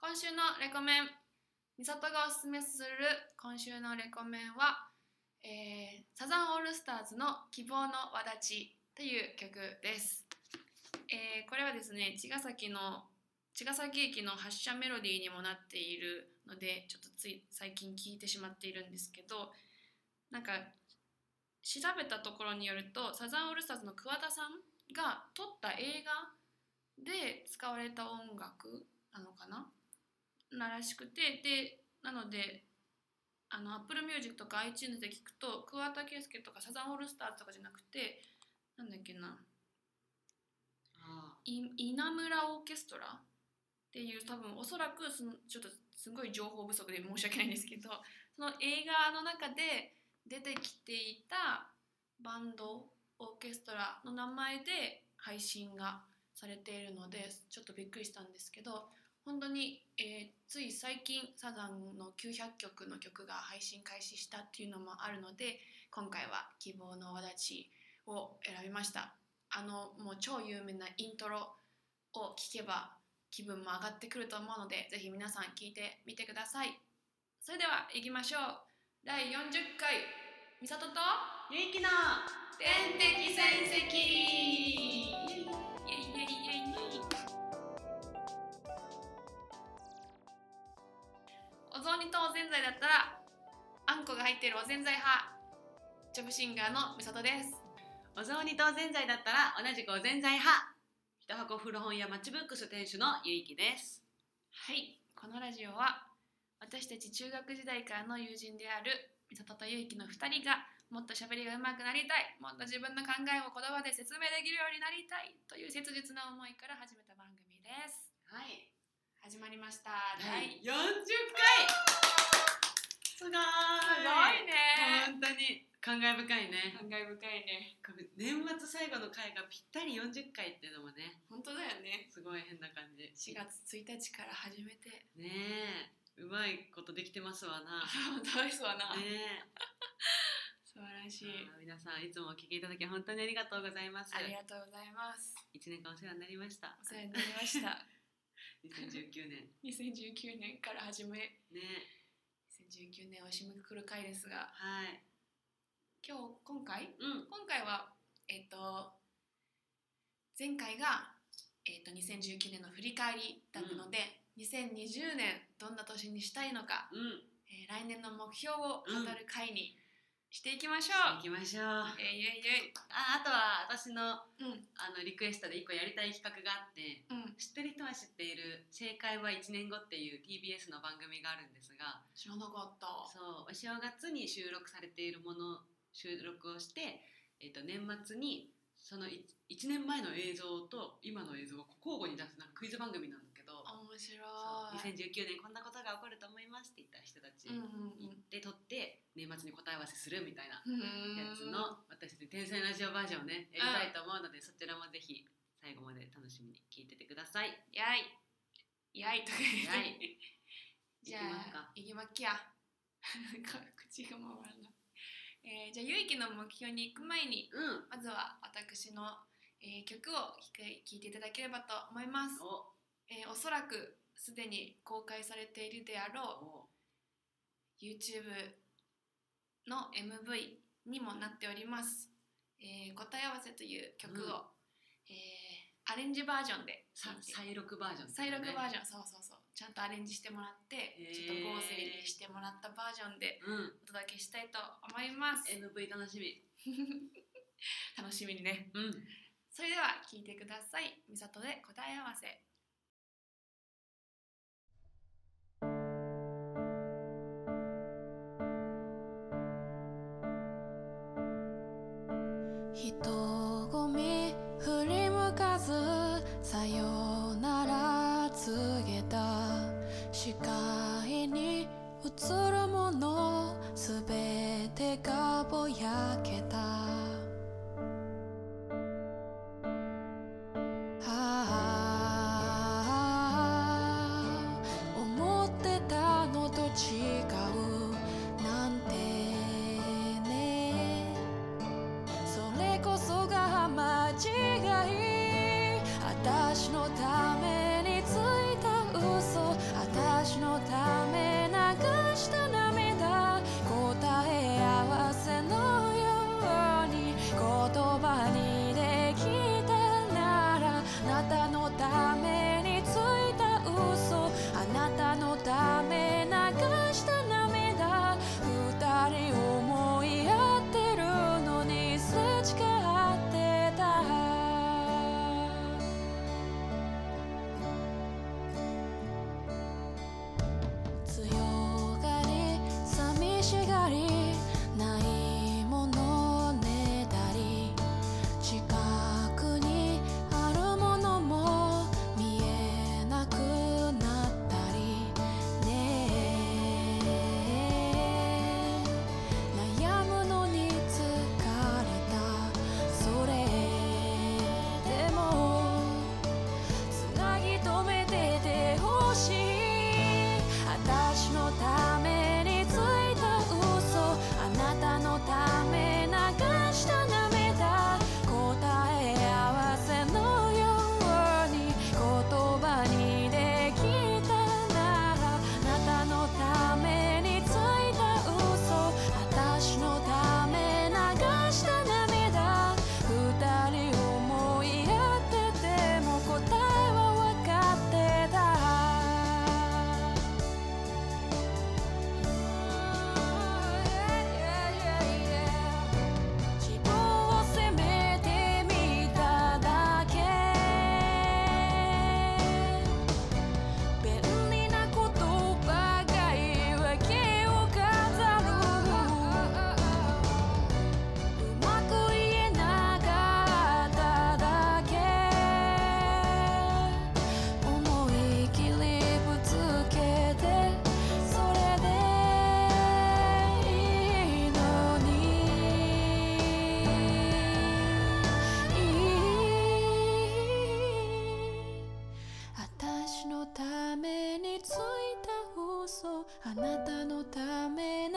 今週のレコメン美里がおすすめする今週のレコメンは、えーサザンオールスターズの「希望の輪立ち」という曲です、えーこれはですね茅ヶ崎の茅ヶ崎駅の発車メロディーにもなっているのでちょっとつい最近聞いてしまっているんですけどなんか調べたところによるとサザンオールスターズの桑田さんが撮った映画で使われた音楽なのかなならしくてでなのであの Apple Music とか iTunes で聞くと桑田佳祐とかサザンオールスターズとかじゃなくてなんだっけなあい稲村オーケストラっていう多分おそらくそのちょっとすごい情報不足で申し訳ないんですけどその映画の中で出てきていたバンドオーケストラの名前で配信がされているのでちょっとびっくりしたんですけど本当に、えーつい最近サザンの900曲の曲が配信開始したっていうのもあるので今回は「希望の輪立ち」を選びました。あのもう超有名なイントロを聞けば気分も上がってくると思うのでぜひ皆さん聞いてみてくださいそれでは行きましょう第40回美里とあゆいきな天敵戦績イエイイエイイエイイエイお雑煮とおぜんざいだったらあんこが入っているおぜんざい派ジョブシンガーの美里ですお雑煮とおぜんざいだったら同じくおぜんざい派一箱古本屋マッチブックス店主のゆいきですはい、このラジオは私たち中学時代からの友人である美里と結城の2人がもっと喋りが上手くなりたいもっと自分の考えを言葉で説明できるようになりたいという切実な思いから始めた番組ですはい始まりました、第第40回すごすごーいいね本当に感慨深いね感慨深いね年末最後の回がぴったり40回っていうのもね本当だよねすごい変な感じ4月1日から始めてねえうまいことできてますわな 本当ですわな、ね素晴らしいえあー皆さんいつもお聞きいただき本当にありがとうございますありがとうございます一年間お世話になりましたお世話になりました 2019年2019年から始めね2019年を締めくくる回ですがはい今日今回うん今回はえっ、と前回がえっ、と2019年の振り返りだったので、2020年どんな年にしたいのか、うんえー来年の目標を語る回にしていきましょう、行きましょうあえいえいあとは私のあえいのリクエストで一個やりたい企画があってうんうん知ってる人は知っている「正解は1年後」っていう TBS の番組があるんですが知らなかったそうお正月に収録されているもの収録をして、えっと年末にその 1, 年前の映像と今の映像を交互に出すなんかクイズ番組なんだけど面そう白い2019年こんなことが起こると思いますって言った人たちうんうん行って撮って年末に答え合わせするみたいなうんやつの私たち天才ラジオバージョンをねやりたいと思うのでそちらもぜひ最後まで楽しみに聞いててください。やいやいとか言ってじゃやい行きますあか、いきまっきや。 なんか口が回らない。えーじゃあ、ゆいきの目標に行く前に、うん。まずは私の、えー曲を聴い聴いていただければと思います。おえーおそらくすでに公開されているであろおう YouTube の MV にもなっております。えー答え合わせという曲を、うんえーアレンジバージョンで聴さいて再録バージョン、再録バージジョン、そうそうそうちゃんとアレンジしてもらってへーちょっと合成にしてもらったバージョンでョン。お届けしたいと思いますうん。MV 楽しみ。楽しみにねうん。それでは聞いてくださいみさとで答え合わせ人混み振り向かずさよなら告げた視界に映るものすべてがぼやけたああ思ってたのと違うなんてねそれこそが間違い私のためについた嘘あなたのため流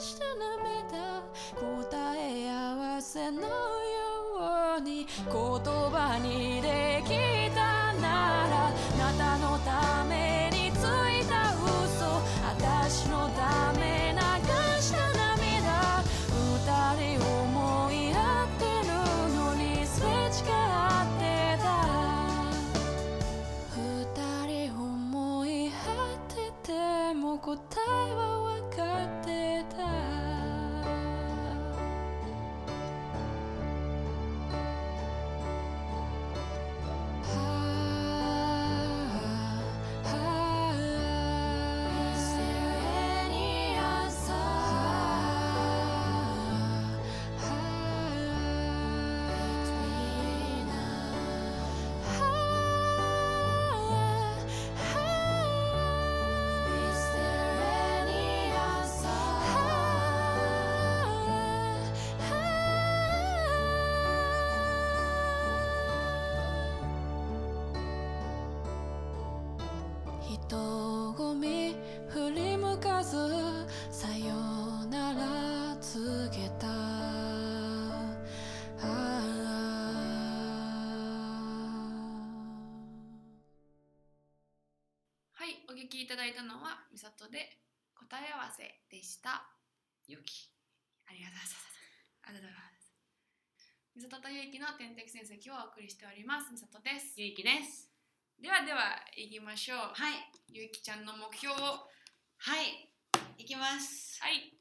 した涙答え合わせのように言葉にできたならあなたのためについた嘘私のため流した涙二人思い合ってるのにすれ違ってた二人思い合ってても答えは分かってた「はあはあ」「Is there any answer?」「はあ」Is there any answer?「人混み振り向かずさよなら告げた」ああはい、お聞きいただいたのは、みさとで答え合わせでした。良きありがとうございます。ありがとうございます。みさととゆうきの天敵戦績をお送りしております。みさとです。ゆいきですではでは、行きましょう。はいゆうきちゃんの目標を。ははいいきますい、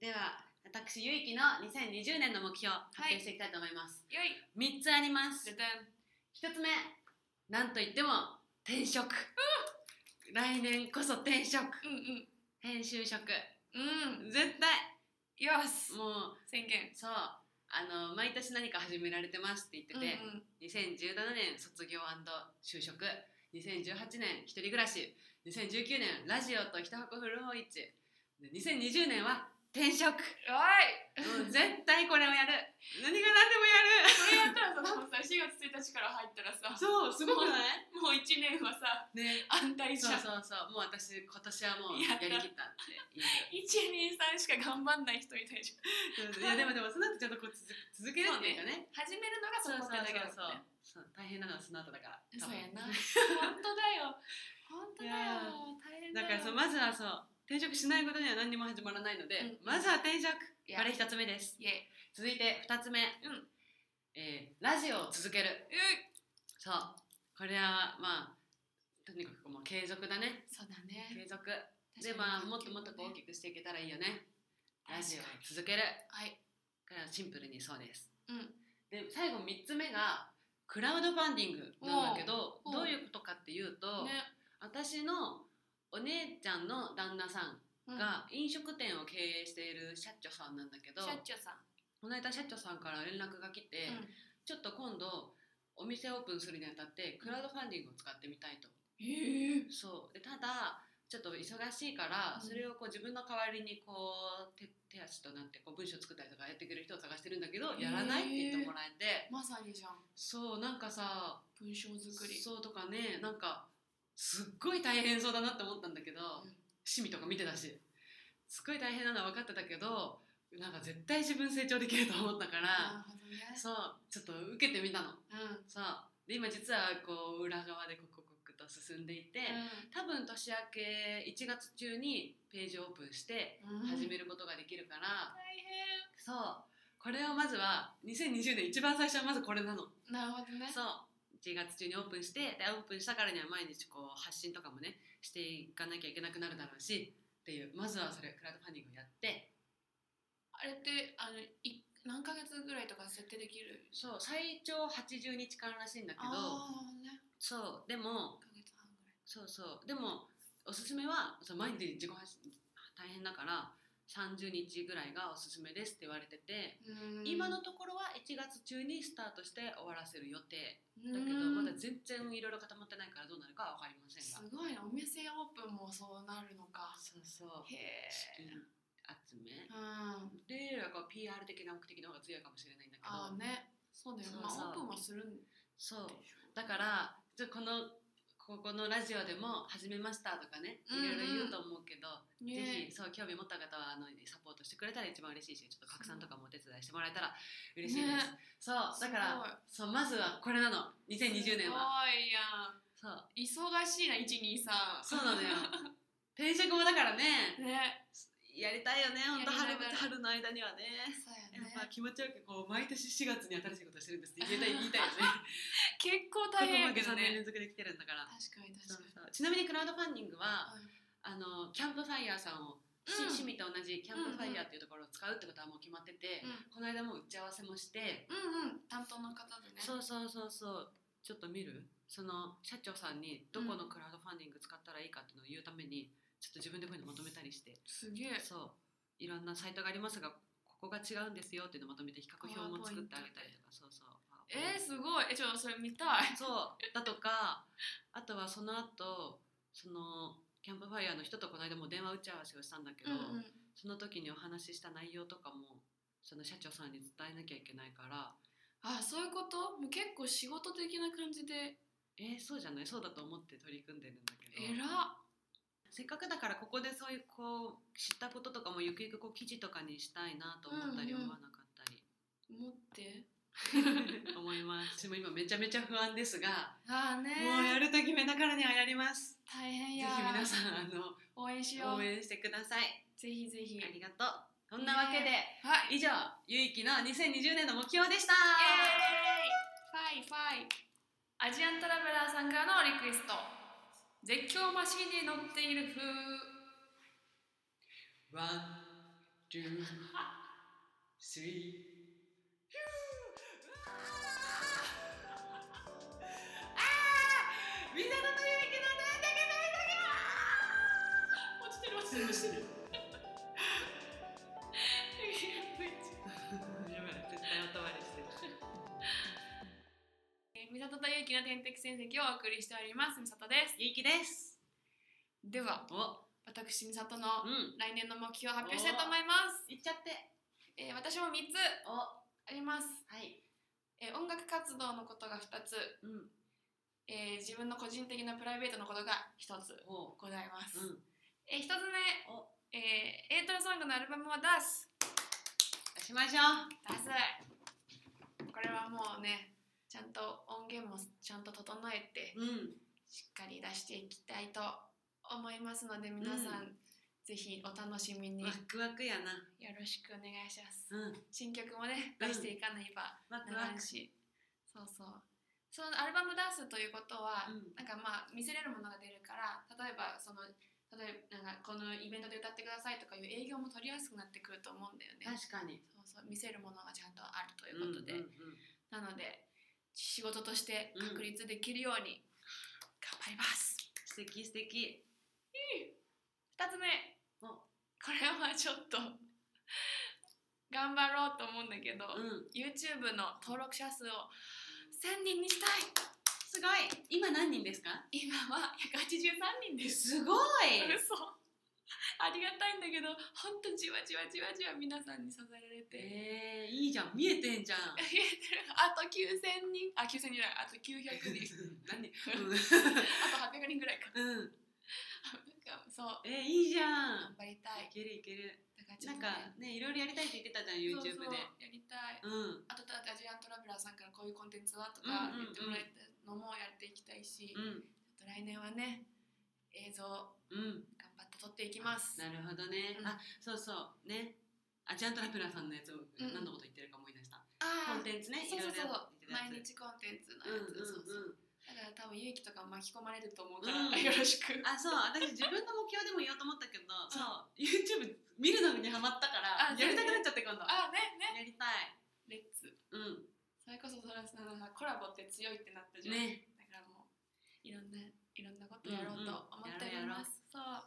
では私ゆいきの2020年の目標発表していきたいと思います、よい、三3つありますじゃじゃん。一つ目なんといっても転職来年こそ転職うんうん。編集職うん、絶対よしもう宣言。そうあの毎年何か始められてますって言ってうんうて、ん、 2017年卒業就職2018年一人暮らし2019年ラジオと一箱古本市で2020年は転 職おいもう絶対これをやる何が何でもやるそれやったらさ、多分さ、4月1日から入ったらさ、そうすごくないもう1年はさ、 ね安泰じそうゃん。そうそう もう私今年はもうややったりきったって言う123しか頑張んない人いたでしょ いやでもでもその後ちゃんとこう続続けるっていうかね始めるのがそそうこそうっそてうだけだもんねそうそう大変なのはその後だから多そう分やな本当だよ本当だよいや大変だだよからそうまずはそう転職しないことには何にも始まらないので、うんまずは転職いやこれ一つ目ですイエ続いて二つ目、んえーラジオを続けるイうそうこれはまあとにかくもう継続だねそうだね継続確かでにまあもっともっとこう大きくしていけたらいいよねラジオを続けるはいこれはシンプルにそうですうんで最後3つ目がクラウドファンディングなんだけどおうおうどういうことかっていうと、ね私のお姉ちゃんの旦那さんうんが飲食店を経営している社長さんなんだけど、社長さんこの間社長さんから連絡が来て、うんちょっと今度お店オープンするにあたってクラウドファンディングを使ってみたいと。へえそうでただちょっと忙しいかうら、んそれをこう自分の代わりにこう手手足となってこう文章作ったりとかやってくれる人を探してるんだけど、やらないって言ってもらえてまさにじゃんそうなんかさ文章作りそうとかねなんかすっごい大変そうだなって思ったんだけど、うん趣味とか見てたしすっごい大変なのは分かってたけどなんか絶対自分成長できると思ったから、なるほどねそうちょっと受けてみたのうんうんそうで今実はこう裏側で刻々と進んでいて、多分年明け1月中にページオープンしてうん始めることができるから、大変そうこれをまずは2020年一番最初はまずこれなのなるほどねそう1月中にオープンしてでオープンしたからには毎日こう発信とかもねしていかなきゃいけなくなるだろうしっていうまずはそれクラウドファンディングをやってあれってあのい何ヶ月ぐらいとか設定できるそう最長80日間らしいんだけあどあーねそうでも一ヶ月半ぐらいそうそうでもおすすめはそう毎日自己発信大変だから30日ぐらいがおすすめですって言われてて、うん今のところは1月中にスタートして終わらせる予定だだけどまだ全然いろいろ固まってないからどうなるかは分かりませんすがごいねお店オープンもそうなるのかそうそうへ資金え集めうんあでなんか PR 的な目的の方が強いかもしれないんだけあどねそうだよねまあオそうそうープンはするんでそうしょだからちょこのここのラジオでも始めましたとかねいろいろ言うと思うけど、ぜひそう興味持った方はあのサポートしてくれたら一番嬉しいしちょっと拡散とかもお手伝いしてもらえたら嬉しいです、ねそうだからそうまずはこれなの2020年はすごいやんそう忙しいな123そうなのよ転職もだから ねねやりたいよねほんとや春りながら春の間にはねそうややっぱね気持ちよくこう毎年4月に新しいことしてるんですって言いたい 言いたいよね結構大変やこけこどまで3ね年連続で来てるんだから確かにそう確かにそうちなみにクラウドファンディングははいあのキャンプファイヤーさんを、しうん趣味と同じキャンプファイヤーっていうところを使うってことはもう決まってて、うんこの間もう打ち合わせもして、うんうん担当の方でねそうそうそうそうちょっと見るその社長さんにどこのクラウドファンディング使ったらいいかっていうのを言うためにちょっと自分でこういうのまとめたりしてすげえ そういろんなサイトがありますがここが違うんですよっていうのをまとめて比較表も作ってあげたりとかそうそうえー、すごいえちょっとそれ見たいそうだとかあとはその後そのキャンプファイヤーの人とこの間も電話打ち合わせをしたんだけど、うんうんその時にお話しした内容とかもその社長さんに伝えなきゃいけないからあそういうこともう結構仕事的な感じでえーそうじゃないそうだと思って取り組んでるんだけ偉どっせっかくだからここでそういうこう知ったこととかもゆくゆくこう記事とかにしたいなと思ったりうんうん思わなかったり、持って 思います私も今めちゃめちゃ不安ですが、ああねもうやると決めたからにはやります大変ぜひや皆さんあの応援しよ応う援してくださいぜひぜひありがとうそんなわけで、はい以上ゆいきの2020年の目標でしたイエーイファイファイアジアントラベラーさんからのリクエスト絶叫マシンに乗っている風ワン、ツー、スリー。みんなのとゆきのなんだ落ちてる落ちてる落ちてるけどやばい、絶対音割れしてる。美里とゆうきの天敵戦績をお送りしております美里ですゆいきです。ではお、私美里のうん。来年の目標を発表したいと思います、いっちゃって。えー私も3つお、はあります、い。えー音楽活動のことが2つ、うん。えー自分の個人的なプライベートのことが1つお、ございます、うん。えー、1つ目お、えー、エイトルソングのアルバムを出す出しましょう。出すこれはもうねちゃんと音源もちゃんと整えてうん。しっかり出していきたいと思いますので皆さん、ぜひお楽しみによワクワクやな。ろしくお願いしますうん。新曲もねう出んしていかないばワクなワらん。クし、そうそうそのアルバム出すということは、うんなんかまあ見せれるものが出るから例えばその例えばなんかこのイベントで歌ってくださいとかいう営業も取りやすくなってくると思うんだよね確かに。そうそう見せるものがちゃんとあるということで、うんうんうんなので仕事として確立できるように頑張ります、素敵素敵。 2つ目こおれはちょっと頑張ろうと思うんだけど、うん。 YouTube の登録者数を1000人にしたいすごい。今何人ですか？今は183人ですすごい。嘘ありがたいんだけどほんとじわじわじわじわ皆さんに支えられて、えー、いいじゃん見えてん じゃんあと9000人あ9000人じゃないあと900人何あと800人ぐらいか うん、うん、なんかそうえー、いいじゃ頑ん張りたいいけるいけるだからちょなっんと、ね、かねいろいろやりたいって言ってたじゃん YouTube そうそうでやりたいうんあとたアジアントラベラーさんからこういうコンテンツはとかうんうんう言んってもらえたのもやっていきたいし、うんちょっと来年はね映像頑うん張って撮っていきますなるほどね、うんあそうそうねあちゃんとラプラさんのやつをん何のこと言ってるか思い出した、あコンテンツねそうそうそういろいろやって毎たやつ日コンテンツのうんやつ、そうそううんうんだから多分勇気とか巻き込まれると思うから、うんよろしくあそう私自分の目標でも言おうと思ったけど、そう YouTube 見るのにハマったからあやりたくなっちゃって今度やあねねりたいレッツうんそれこそそれはそのさコラボって強いってなったじゃん、ねだからもういろんないろんなことやろうと思っております。そう。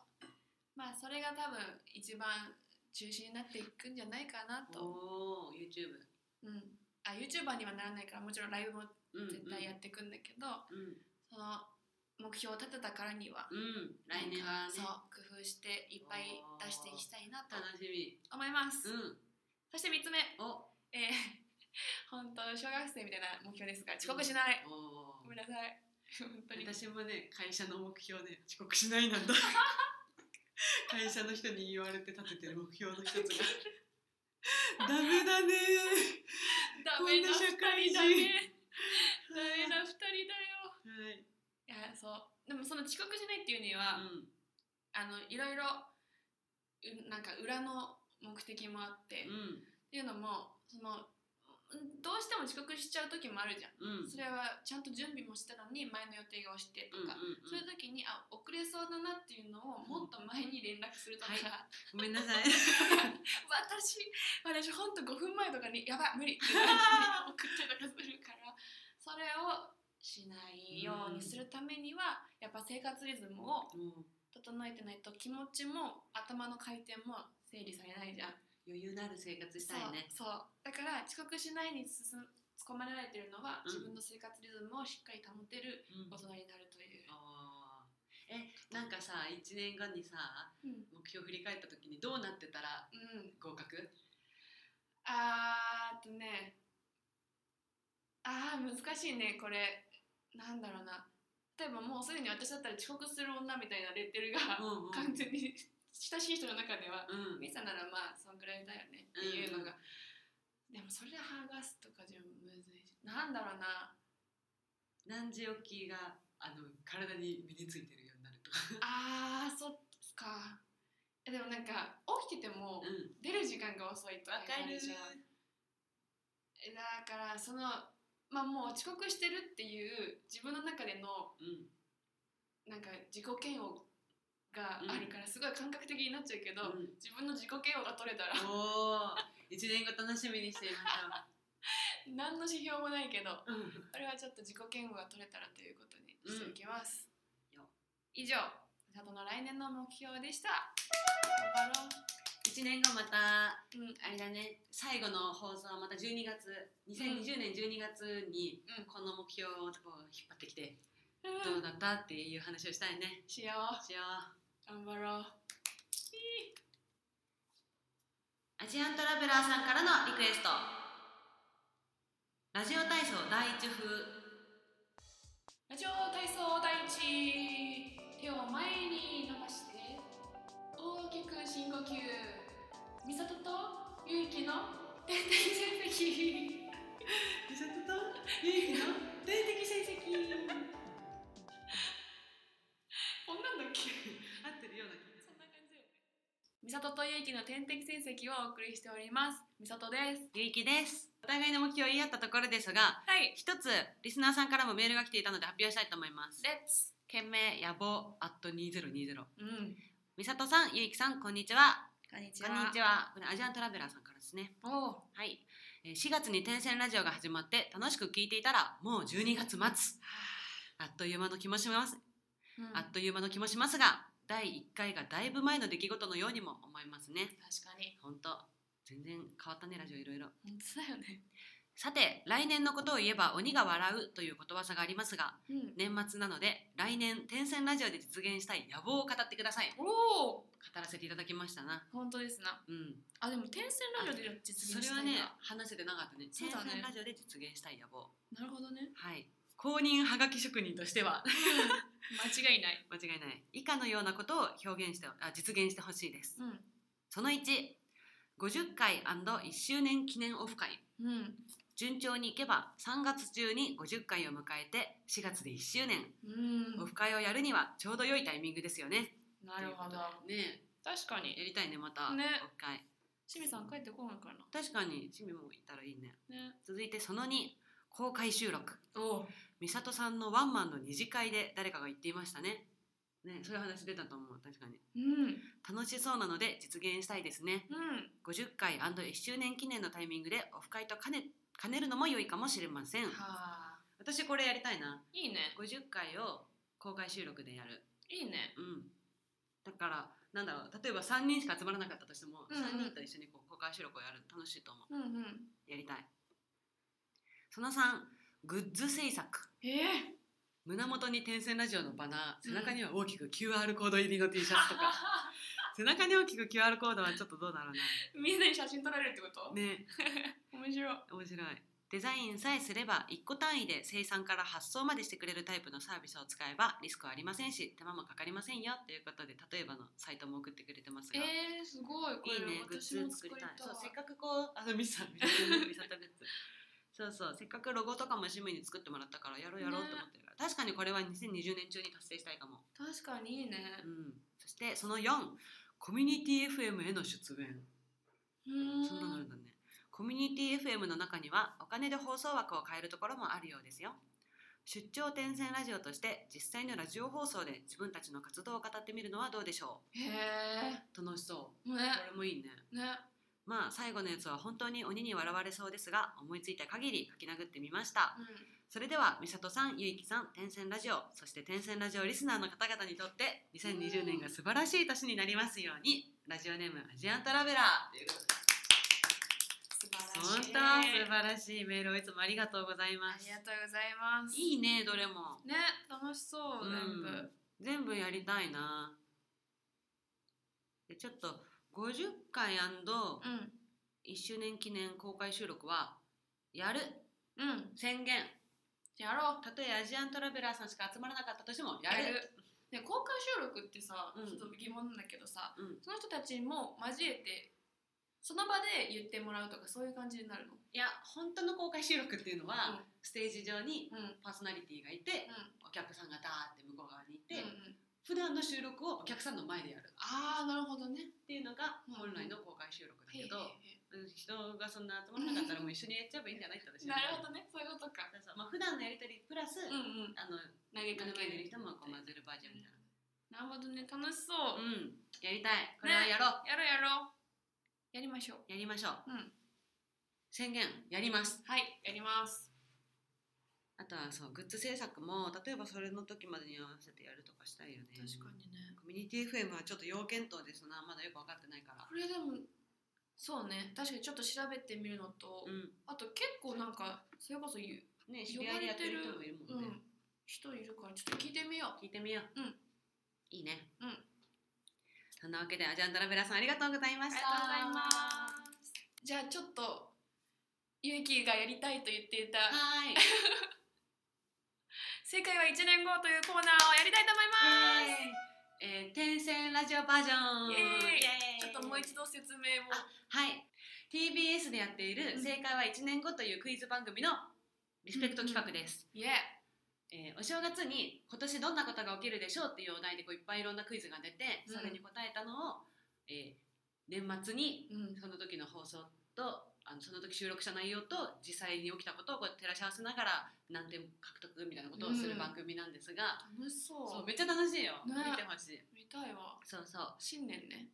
まあそれが多分一番中心になっていくんじゃないかなと。おお YouTube うん。あ YouTuber にはならないからもちろんライブもうん絶対やっていくんだけど、うんその目標を立てたからには、うん、来年はねそう工夫していっぱい出していきたいなと楽しみ。思います。うそして3つ目、ん、お、おえー本当小学生みたいな目標ですが遅刻しない。ーごめんなさい。本当に私もね会社の目標ね遅刻しな いなんだ会社の人に言われて立ててる目標の一つ がダメだね ダメなこんな二社会人人だねダメな二人だよはい、いやそうでもその遅刻しないっていうには、うあのいろいろうなんか裏の目的もあって、んっうんていうのもそのうんどうしても遅刻しちゃう時もあるじゃん、うんそれはちゃんと準備もしてたのに前の予定が押してとうんうんうか、んそういう時にあ遅れそうだなっていうのをもっと前に連絡するとか、うんごめんなさい私私ほんと5分前とかに「やばい無 理」って言われて送ったりとかするからそれをしないようにするためにはやっぱ生活リズムをもう整えてないと気持ちも頭の回転も整理されないじゃん。余裕のある生活したいねそうそうだから遅刻しないに進む突っ込まれられてるのは、うん自分の生活リズムをしっかり保てるうん大人になるという。あーえなんかさ1年後にさうん、目標振り返った時にどうなってたらうん、合格あーっとねあー難しいねこれなんだろうな例えばもうすでに私だったら遅刻する女みたいなレッテルうがんうん完全に 親しい人の中ではうんミサならまあそんぐらいだよねっていうのが、でもそれ剥がすとかじゃむずいしなんだろうな何時起きがあの体に身についてるようになるとかあーそっかえでもなんか起きててもうん出る時間が遅いとわかなるじゃんえだからそのまあもう遅刻してるっていう自分の中でのうんなんか自己嫌悪があるからすごい感覚的になっちゃうけど、うん自分の自己嫌悪が取れたら おー一年後楽しみにしていま何の指標もないけどしょう、うん、これはちょっと自己嫌悪が取れたらということにうんしていきます。よ以上、佐藤の来年の目標でした。頑張ろ一年後またう。うん、あれだね最後の放送はまた12月2020年12月にうんこの目標をこう引っ張ってきてうどんうだったっていう話をしたいねしよしようう。頑張ろう。アジアントラベラーさんからのリクエストラジオ体操第一風ラジオ体操第一。手を前に伸ばして、大きく深呼吸。美里とゆいきの天体成績。美里とゆうきの天敵成績こんなんだっけ合ってるような気がすそんな感じだよね。美里とゆいきの天敵成績をお送りしております。美里です。るゆうきですお互いの目標を言い合ったところですはがい。一つリスナーさんからもメールが来ていたので発表したいと思いますレッツ。件名野望アット2020うん。美里さんゆうきさんこんにちはこんにちこんにちは。これアジアントラベラーさんからですね。おうはい。えー4月に転戦ラジオが始まって楽しく聞いていたらもう12月末。あっという間の気もします。あっという間の気もしますが、第1回がだいぶ前の出来事のようにも思いますね。確かに本当全然変わったねラジオいろいろ。本当だよねさて来年のことを言えば鬼が笑うということわざがありますがうん年末なので来年転戦ラジオで実現したい野望を語ってください語おおらせていただきましたな本当ですなうんあでも転戦ラジオで実そ現しれたんはいだね話せてなかったねそう転だね戦ラジオで実現したい野望なるほどねはい。公認はがき職人としては間違いない 間違いない。以下のようなことを表現してあ実現してほしいです。うんその1、50回 &1 周年記念オフ会。うん順調にいけば3月中に50回を迎えて4月で1周年。うんオフ会をやるにはちょうど良いタイミングですよね。なるほどということでね確かえ、やにりたいねまた。ねオフ会。清水さん帰ってこないから確かに趣味もいたらいいね。なね続いてその2、公開収録。おう美里さんのワンマンの二次会で誰かが言っていましたね。ね、そういう話出たと思う確かに。うん楽しそうなので実現したいですねうん50回 &1 周年記念のタイミングでオフ会と兼ね兼ねるのも良いかもしれませんはあ私これやりたいないいね50回を公開収録でやるいいねうんだからなんだろう例えば3人しか集まらなかったとしても、うんうん3人と一緒にこう公開収録をやる楽しいと思うんうんうやりたいその3グッズ制作ええ胸元に天線ラジオのバナー背中には大きく QR コード入りの T シャ ツとか背中に大きく QR コードはちょっとどうだろうみんなに写真撮られるってことなね面白い面白いデザインさえすれば1個単位で生産から発送までしてくれるタイプのサービスを使えばリスクはありませんし手間もかかりませんよということで例えばのサイトも送ってくれてますが、えー、すごいこれいいねグッ私ズも作りたい作そうせっりかくこうあのミサミサミサタグッズそうそうせっかくロゴとかもジムに作ってもらったからやろうやろうと思ってるから、確かにこれは2020年中に達成したいかも、たい確かにいいねうん、そしてその4コミュニティ FM への出演うーんそんなのあるんだね。コミュニティ FM の中にはお金で放送枠を変えるところもあるようですよ。出張転戦ラジオとして実際のラジオ放送で自分たちの活動を語ってみるのはどうでしょへう楽しそう。えねこれもいいね。ねまあ最後のやつは本当に鬼に笑われそうですが思いついた限り書き殴ってみました。うそれでは美里さん、ゆいきさん、転戦ラジオ、そして転戦ラジオリスナーの方々にとって2020年が素晴らしい年になりますように。ラジオネームアジアントラベラーということでん本当素晴素らしい晴らしいメールをいつもありがとうございあますりがとうございますいいねどれもね楽しそううん全部、全部やりたいなでちょっと50回 &1 うん周年記念公開収録はやるうん宣言やろうたとえアジアントラベラーさんしか集まらなかったとしてもややるるね、公開収録ってさ、うんちょっと疑問なんだけどさ、うんその人たちも交えてその場で言ってもらうとかそういう感じになるのいや本当の公開収録っていうのは、ステージ上にうんうんパーソナリティがいてうお客さんがダーって向こう側にいて、んうん普段の収録をお客さんの前でやるああなるほどねっていうのがうん本来の公開収録だけど、へえへうん人がそんな集まらなかったらもう一緒にやっちゃえばいいんじゃないって私えはなる思うほどねそういうことかそうそうまあ普段のやりとりプラス、うんうんあの投げか目の前けにいるる人もこう混ぜるバージョンみたいななるほどね楽しそう、うんやりたいこれはやろう、やろうやろうやりましょうやりましょううん宣言やりますはいやりますあとはそうグッズ制作も例えばそれの時までに合わせてやるとかしたいよねにねコミュニティ FM はちょっと要検討ですなまだよく分かってないからこれでもそうね確かにちょっと調べてみるのと、うんあと結構なんかそれこそ言うね知呼り合ばいでやれっててるる人もいるうもんね、ん、人いるからちょっと聞いてみよう聞いてみよう、うんいいねうんそんなわけでアジアントラベラーさんありがとうございまありしたがとうございますじゃあちょっとゆいきがやりたいと言っていたはい「正解は1年後」というコーナーをやりたいと思いますえー、天線ラジオバージョンイエーイイエちーイょっともう一度説明をあはい TBS でやっているう「ん正解は1年後」というクイズ番組のリスペクト企画です、イエーえーお正月に今年どんなことが起きるでしょうっていうお題でこういっぱいいろんなクイズが出てうんそれに答えたのを、えー年末イにうんその時の放送とあのその時収録した内容と実際に起きたことをこうやって照らし合わせながら何点獲得みたいなことをすうるん番組なんですが、楽しそうそうめっちゃ楽しいよ、ね見てほしい見たいわそうそう新年ね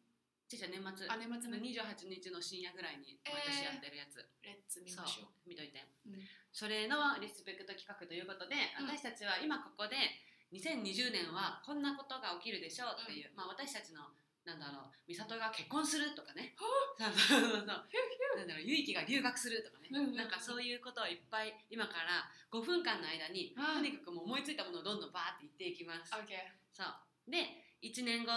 ちいちゃん年末あ年末の二十八日の深夜ぐらいに毎年やってるやつ、レッツ見そましょうう見といて、うんそれのリスペクト企画ということで、うん私たちは今ここで2020年はこんなことが起きるでしょうっていう、まあ私たちのなんだろう美里が結婚するとかねそうそうそうそうなんだろう結城が留学するとかね、うんうんうんなんかそういうことをいっぱい今から5分間の間にはいとにかくもう思いついたものをどんどんバーって言っていきますオ。ッケーそうで1年後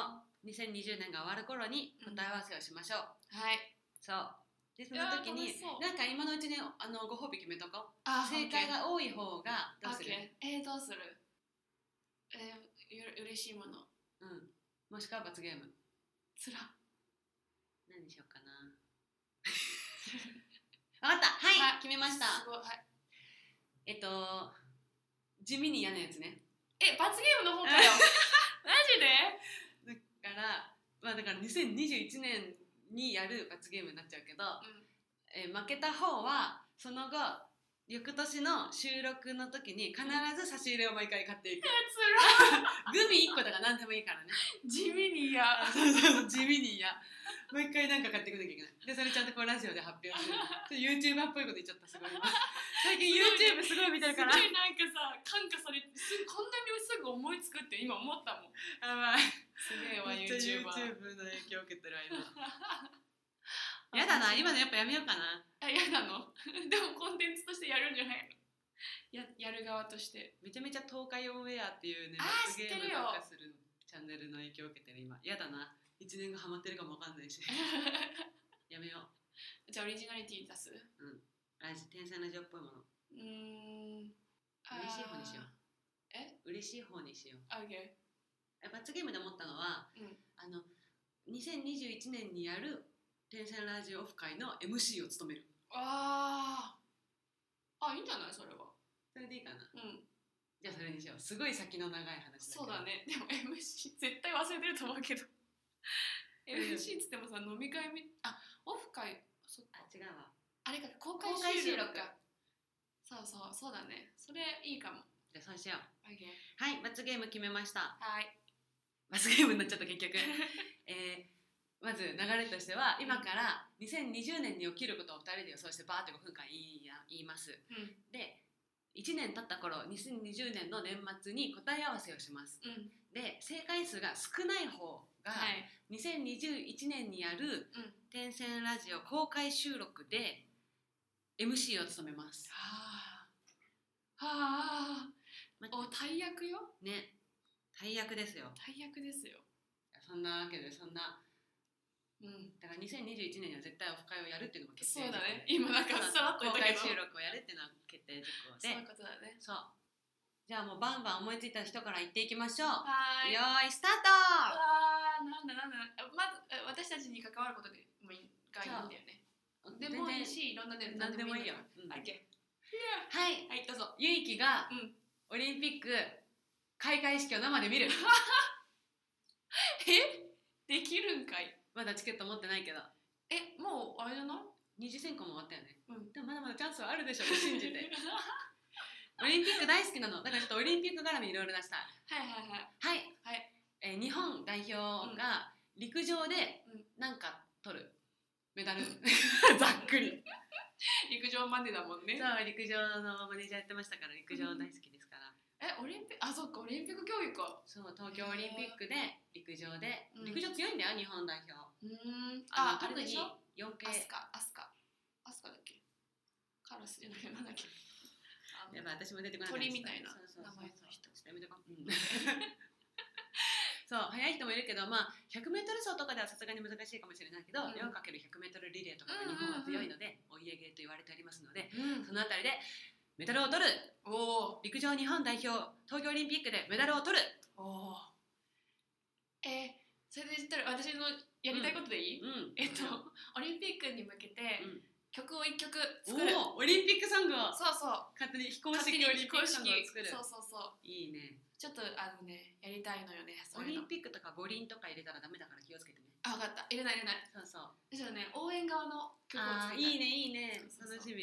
2020年が終わる頃に答え合わせをしましょう、はいそうでそいのやー時に楽しそうなんか今のうちにあのご褒美決めとこうあ正解が多い方がどうする、えー、どうするえー、よ嬉しいものうん、もしくは罰ゲームつら何にしようかな 分かったはい、はい決めましたすごいはいえっと地味に嫌なやつねえ罰ゲームの方か よマジでだからまあだから2021年にやる罰ゲームになっちゃうけど、えー負けた方はその後翌年の収録の時に必ず差し入れを毎回買って いくつグミ1個とか何でもいいからねら地味に嫌あそうそう地味に嫌毎回なんか買ってくなきゃいけないでそれちゃんとこうラジオで発表す るちょっと YouTuber っぽいこと言っちゃったすごい今 最近 YouTube すごい見てるからすごいなんかさ感化されてすこんなにすぐ思いつくって今思ったもんやばいすげえわめっちゃ YouTube YouTuber の影響を受けてる間やだな今のやっぱやめようかなあやなの でもコンテンツとしてやるんじゃないのややる側として めちゃめちゃ東海オンエアっていうね、あー罰ゲ知っーてムるよなんかするチャンネルの影響を受けてる今。やだな。1年後ハマってるかもわかんないし。やめよじゃあオリジナリティ出す、うんラジ天才ラジオっぽいものうーん。嬉しい方にしようえ嬉しい方にしようあー。OK。え罰ゲームで思ったのはうん。あの2021年にやる天才ラジオオフ会の MC を務めるああ。あ、いいんじゃないそれは。それでいいかなうん。じゃあそれにしようすごい先の長い話だけどそうだね。でも MC 絶対忘れてると 思うけど。MC っつってもさ、飲み会み、あ、オフ会、そっかあ。違うわあれか、公公開開収収録録か。そうそう、そうだね。それいいかも。じゃあそうしよう OK。はい罰ゲーム決めましたはい。罰ゲームになっちゃった結 局えーまず流れとしては今から2020年に起きることを2人で予想してバーって5分間言いや言いますうん。で1年経った頃2020年の年末に答え合わせをしますうん。で正解数が少ない方がはい。 2021年にやるうん。 「天線ラジオ」公開収録で MC を務めますはあ。はあ。待っお、て大役よ。ね大役ですよ大役ですよ。そんなわけでそんなうん。だから2021年には絶対オフ会をやるっていうのが決定そうだね今なんかさらっと言公ったけ開ど収録をやるっていうのは決定事項そういうでことだね。そうじゃあもうバンバン思いついた人から言っていきましょうはーい。よわーいスターあ、なんだなんだ。あまずえ私たちに関わることでもいいがいいんだよね。トでもいいし、いろんなで何でもいいよんだからはうんいオッケはいーはい、どうぞ。ゆいきがうんオリンピック開会式を生で見る えできるんかいまだチケット持ってないけどえ、もうあれじゃ ない二次選考も終わったよね、うんでもまだまだチャンスはあるでしょう信じて オリンピック大好きなのだからちょっとオリンピック絡みいろいろ出したいはいはいはい。はい、はいえー日本代表が陸上でうんなんか取るメ ダル ざっくり陸上までだもんねそう。陸上のマネージャーやってましたから陸上大好きですから、え、オリンピック、あ、そっか、オリンピック競技か。そう東京オリンピックで陸上で、うん陸上強いんだよ日本代表うーん。ああ、の特特にに、ア養鶏スカ、アスカ。アスカだっけカラスじゃない、なんだっけ。あのやばい私も出てこない鳥みたいなそうそうそう名前の人ちょっとやめとこう、うん そう速い人もいるけど、まあ、100m 走とかではさすがに難しいかもしれないけど、うん 4×100m リレーとかが日本は強いので、お家芸と言われておりますのでうんそのあたりでメダルを取るお陸上日本代表東京オリンピックでメダルを取るお。おお。えー、それで言ったら、私のやりたいことでいい、うんえっと、オリンピックに向けてうん曲を一曲お作る。ーオリンピックソングをそうそう。勝手に非公勝式手にオリ非ンピッ公ク式ソングを作るそうそうそう。いいねちょっとあのね、やりたいのよね、オそういリうのン。ピックとか五輪とか入れたらダメだから気をつけてねあ、分かった。入れない入れない。そうそうちょっとね、応援側の曲をあ作ーりたい。いいねいいねそうそうそう楽しみ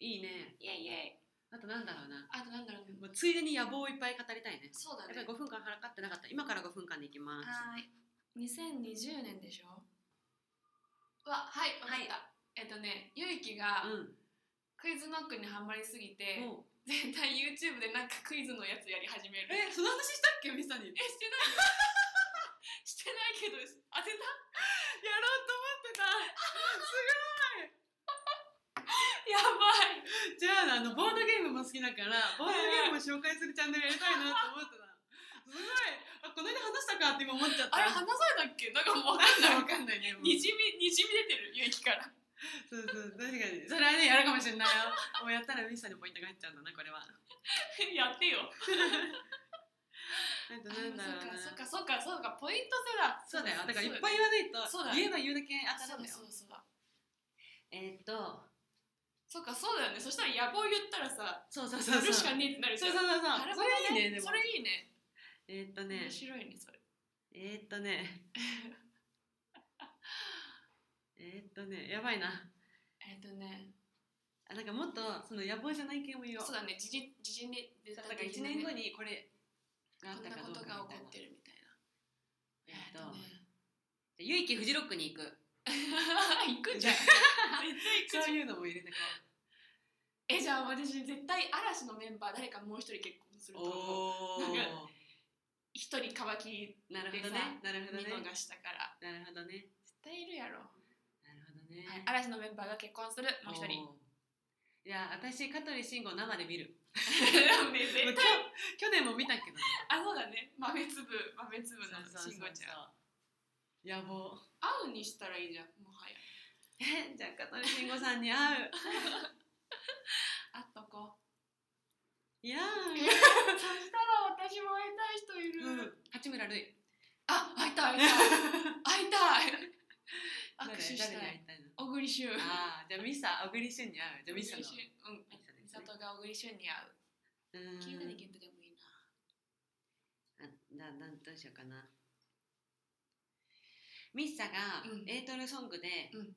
いいねイェイイェイ。あとなんだろうなあとなんだろうね。もうついでに野望をいっぱい語りたいねそうだやっぱねり。5分間払ってなかった今から5分間でいきますはい。2020年でしょわ、はい、わかった。えっとね、ゆいきがうクイズノックにハマりすぎて、んもう絶対 YouTube でなんかクイズのやつやり始める。えその話したっけミサにやろうと思っえ、してないしてない けど、当てたてたやばいじゃああのボードゲームも好きだからボードゲームを紹介するチャンネルやりたいなと思ってた すごいあこの間話したかって今思っちゃったあれ、話されたっけなんかもうわかんないわ。かんないねもうにじみ、にじみ出てる、ゆいきから。 そうそう確かにそれはねやるかもしれないよ もうやったらミサにポイントが入っちゃうんだなこれは あやってよ。とあなんだろうなそっかそっかそっかそっかポイント制だ。そうだよ。だからいっそうぱい言わないと、そうだよ言えば言うだけ当たそうるんだだよそ。うだそうだ。えーっと、そっかそうだよね。そしたら野望言ったらさ、そうそうそうやそう。るしかねえってなるじそゃ。うんそうそうそう。なるそほどれいいね。でもそれいいね。えーっとね面、白いねそれ。えーっとね、えーっとね、やばいな。えっとね、あなんかもっとその野望じゃない系も言おう。そうだね。時事時事に出だたから時一に年後ねにこれがあっこんなたかこどうとかみがた起いこなって。るみたいな。えーっと、ねじゃあゆいきフジロックに行く。 行くじゃん。絶そう対行くじゃん。いうのも入れてこ えじゃあ私絶対嵐のメンバー誰かもう一人結婚すう。ると思う。おーなんか一人乾きなるほどでさね。なるほど見ね。逃したからなるほどね。絶対いるやろ。なるほどね。はい嵐のメンバーが結婚するもう一人。おー。いや、私、香取慎吾生で 見る。ねもう絶き対ょ去年も見たけどね。あそうだね豆粒豆粒の慎吾ちゃんん。野望。 会うにしたらいいじゃんもはや え、じゃあ、香取慎吾さんに会う。い やー、そしたら私も会いたい人いる、うん、八村塁。あ会いたい会いたい 会いたい握手した誰いに会いたいの小栗旬ああ、じゃあミサ、小栗旬に会う。じゃあミサの。小栗旬うんミサ美ですね里が小栗旬に会うう聞いたでーん。ゲントでもいいなあななんどうしようかな。ミサがうんエイトルソングで、うん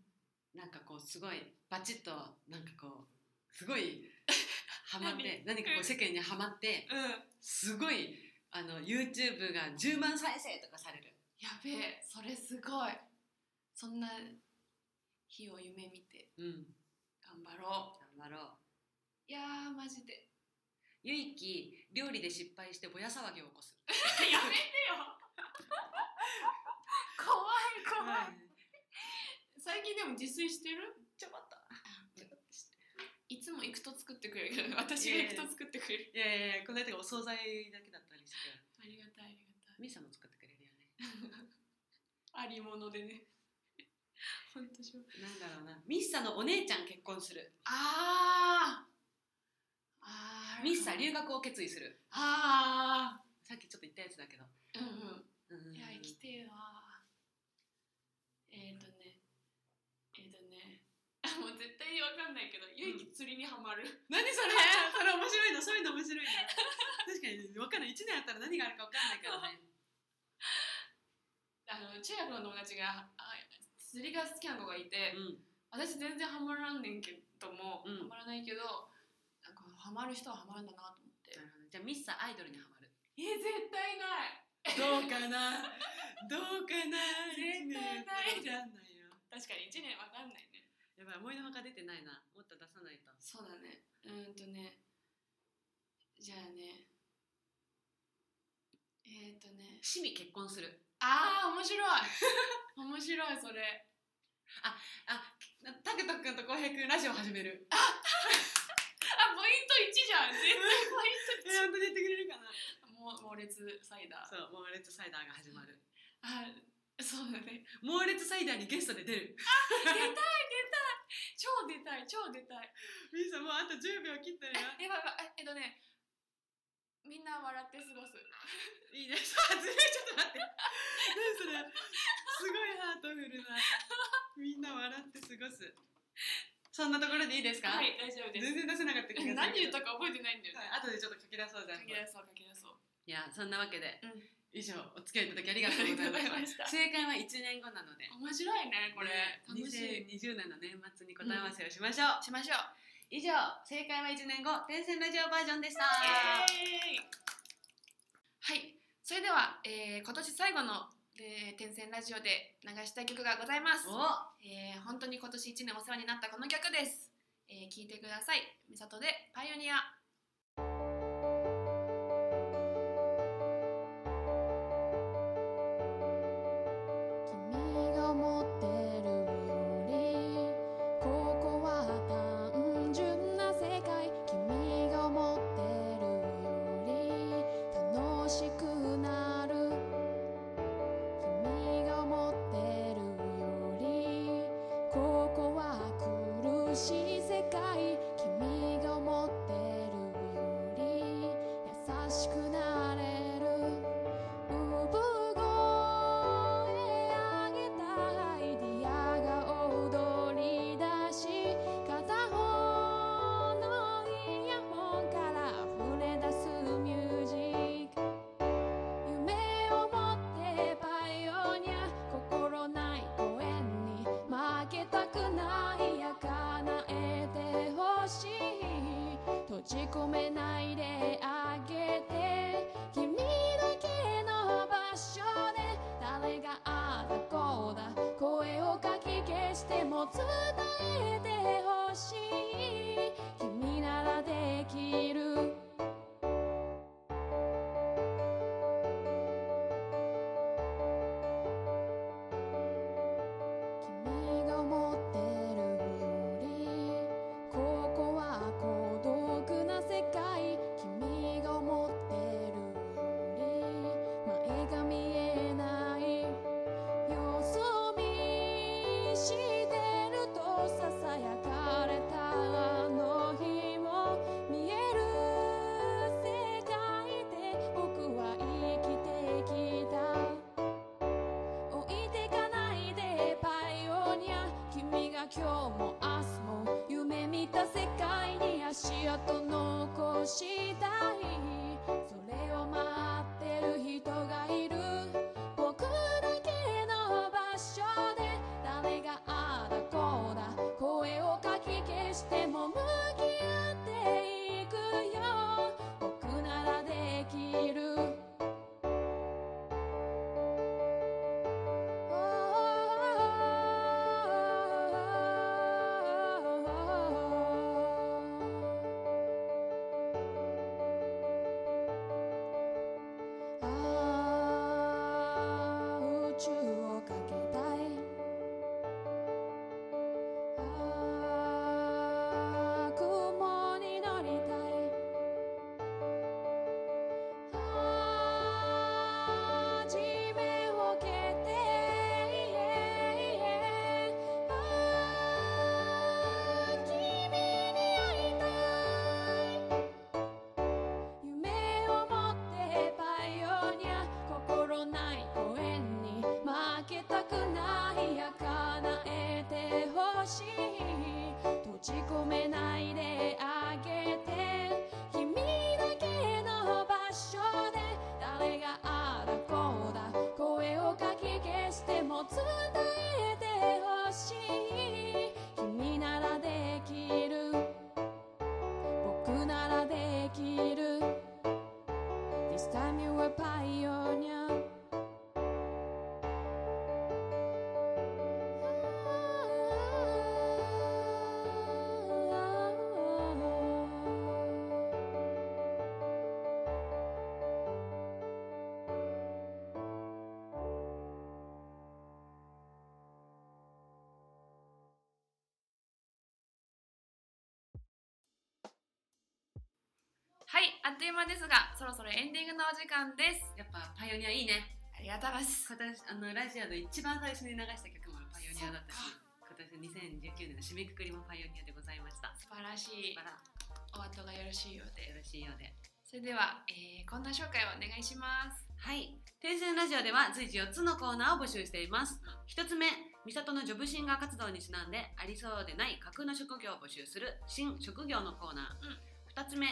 なんかこうすごいバチッとなんかこうす ごいハマって何かこう世間にハマってうんすごいあの YouTube が10万再生とかされる。やべえそれすごいそんな日を夢見てうん。頑張ろう頑張ろう。いやーマジでゆいき料理で失敗してぼや騒ぎを起こす。 やめてよ 怖い怖い、最近でも自炊してるちょこっとちょこっとしていつも行くと作ってくれるけど 私が行くと作ってくれるいやいやいやこの間がお惣菜だけだったりしてありがたいありがたいミサも作ってくれるよねありもので ね。本当しょ。なんだろうなミッサのお姉ちゃん結婚するああ。あミッサ留学を決意するあさっきちょっと言ったやつだけどあ。うんううんん。いや、生きてえわ。えっ、ー、とね。えっ、ー、とね。 もう絶対にわかんないけど、ゆいき釣りにはまる。 何それ それ面白いのそういうの面白いの確かに分かんない1年あったら何があるか分かんないからねあの、中学の友達が、あ釣りが好きな子がいて、うん私全然ハマらんねんけども、うんハマらないけど、なんかハマる人はハマるんだなと思って。なるほどじゃあミッサアイドルにはまるえ、絶対ないどうか などうかな絶対ない分かんないよ確かに1年わかんないね。やばい思いのほか出てないなもっと出さないとそうだね。うーんとね。じゃあね。えっ、ー、とね。趣味結婚するああ、面白い 面白い、それ。タクト君と浩平君ラジオ始める。あ、ポイント1じゃん絶対え、本当に言ってくれるかな。もう猛烈サイダー。そう、猛烈サイダーが始まる。あそうだね。猛烈サイダーにゲストで出る。超出たい、超出たい。みーさん、もうあと10秒切ったよ。え、やばいやばい。ええっとね。みんな笑って過ごす。いいね。ちょっと待って。何それ。すごいハートフルな。みんな笑って過ごす。そんなところでいいですか。はい、大丈夫です。全然出せなかった気がするけど。何言ったか覚えてないんだよはね。い後でちょっと書き出そうじゃん。書き出そう、書き出そう。いや、そんなわけで、うん以上、お付き合いいただきありがとうございまありがとうございまし。した た正解は1年後なので。面白いね、これ。楽しい。 2020年の年末に答え合わせをしましょう、しましょう。以上正解は1年後天線ラジオバージョンでしたイエーイはい、それでは、えー今年最後の、えー、天線ラジオで流したい曲がございます、おえー本当に今年1年お世話になったこの曲ですえー聴、いてください「みさとでパイオニア」君が持ってるよりここは単純な世界君が持ってるより楽しくなる君が持ってるよりここは苦しい世界君が持ってるより優しくなれる産声上げたアイディアが踊り出し片方のイヤホンから溢れ出すミュージック夢を持ってパイオニア心ないご縁に負けたくないや叶えてほしい閉じ込めないであげて君だけの場所で誰がああだこうだ声をかき消しても伝えてほしい君ならできる君が持ってるよりここは孤独な世界君が持ってるより前が見えないよそ見してるとささやか今日も明日も夢見た世界に足跡残したいそれを待ってる人がいる僕だけの場所で誰がああだこうだ声をかき消しても向き合っていくよ僕ならできるああ宇宙をかけたいああ雲に乗りたいああ地面を蹴ってああ君に会いたい夢を持ってパイオニア心ない応援に負けたくないや叶えてほしい閉じ込めないであげて君だけの場所で誰がああだこうだ声をかき消しても伝えてほしい君ならできる僕ならできる This time you were pioneer はい、あっという間ですが、そろそろエンディングのお時間です。やっぱパイオニアいいねありがとうございます。今年あのラジオの一番最初に流した曲もパイオニアだったしそ今年2019年の締めくくりもパイオニアでございました素晴らしいだからお後がよろしいようよで。ろしいようでそれでは、えー、こんな紹介をお願いします。はい。天線ラジオでは随時4つのコーナーを募集しています。1つ目、美里のジョブシンガー活動にちなんで、ありそうでない架空の職業を募集する新職業のコーナうんー。2つ目、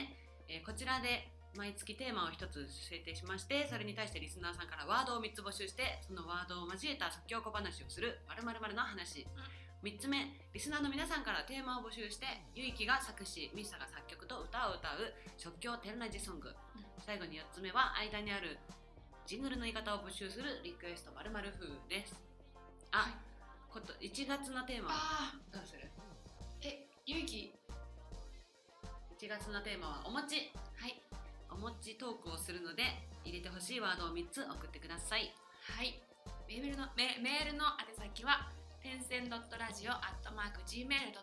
えーこちらで毎月テーマを1つ制定しまして、それに対してリスナーさんからワードを3つ募集して、そのワードを交えた即興小話をする〇〇の話。3つ目、リスナーの皆さんからテーマを募集して、ゆいきが作詞、ミサが作曲と歌を歌う即興天ラジソング。最後に4つ目は、間にあるジングルの言い方を募集するリクエストまるまる風です。あ、はいこと1月のテーマはあどうするー、え、ゆうき。 ?1 月のテーマはお餅。はい。お餅トークをするので入れてほしいワードを3つ送ってください。はい。メールのメメールの宛先は、天線 .radio.gmail.com、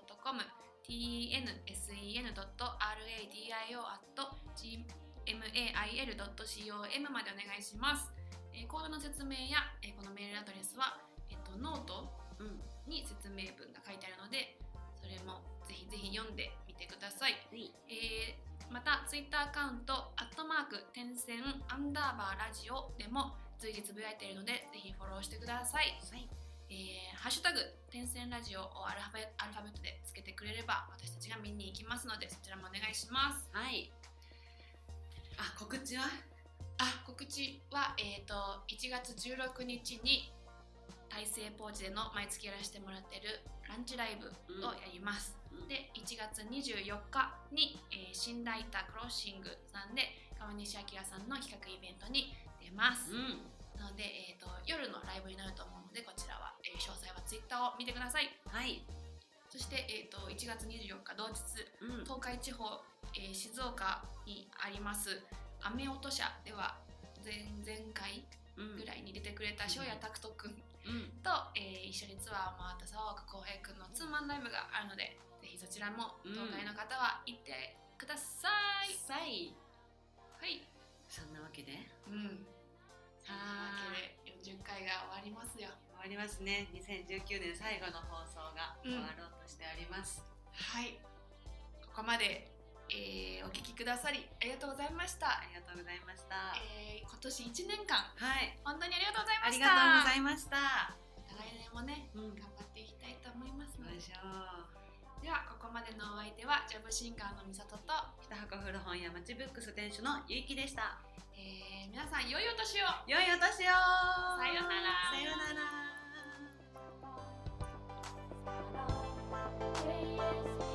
tnsen.radio.gmail.com までお願いします。えー、コードの説明や、えーこのメールアドレスは、えっと、ノートうん。に説明文が書いてあるのでそれもぜひぜひ読んでみてください、はい。えーまたツイッターアカウント「アットマーク点線アンダーバーラジオ」でも随時つぶやいているのでぜひフォローしてください、はい。えーハッシュタグ点線ラジオをアルファベアルファベットでつけてくれれば私たちが見に行きますのでそちらもお願いしますはい。あ、告知はあ告知は、えー、と1月16日に大成ポーチでの毎月やらせてもらってるランチライブをやります、うんで1月24日に、えー、新ライタークロッシングさんで川西明さんの企画イベントに出ます、うん。なので、えー、と夜のライブになると思うのでこちらは、えー詳細はツイッターを見てくださいはい。そして、えー、と1月24日同日うん。東海地方、えー静岡にあります雨落と社では前々回うん。ぐらいに出てくれた翔也拓人君うん。と、えー一緒にツアーを回った沢岡浩平くんのツーマンライブがあるのでぜひそちらもうん東海の方は行ってください、はい。はいそんなわけでうんそんなわはけで40回が終わりますよ終わりますね。2019年最後の放送が終わろうとしております。はいここまで、えーお聞きくださりありがとうございましあた、りがとうございました。えー今年1年間はい。本当にありがとうございあまりしがたとうございました。来年もねうん頑張っていきたいと思いますので、でしょうではここまでのお相手はジャブシンガーのみさとと、北箱古本屋町ブックス店主のゆいきでしたえー皆さん良いお年を良いお年をさよならさよなら Yes,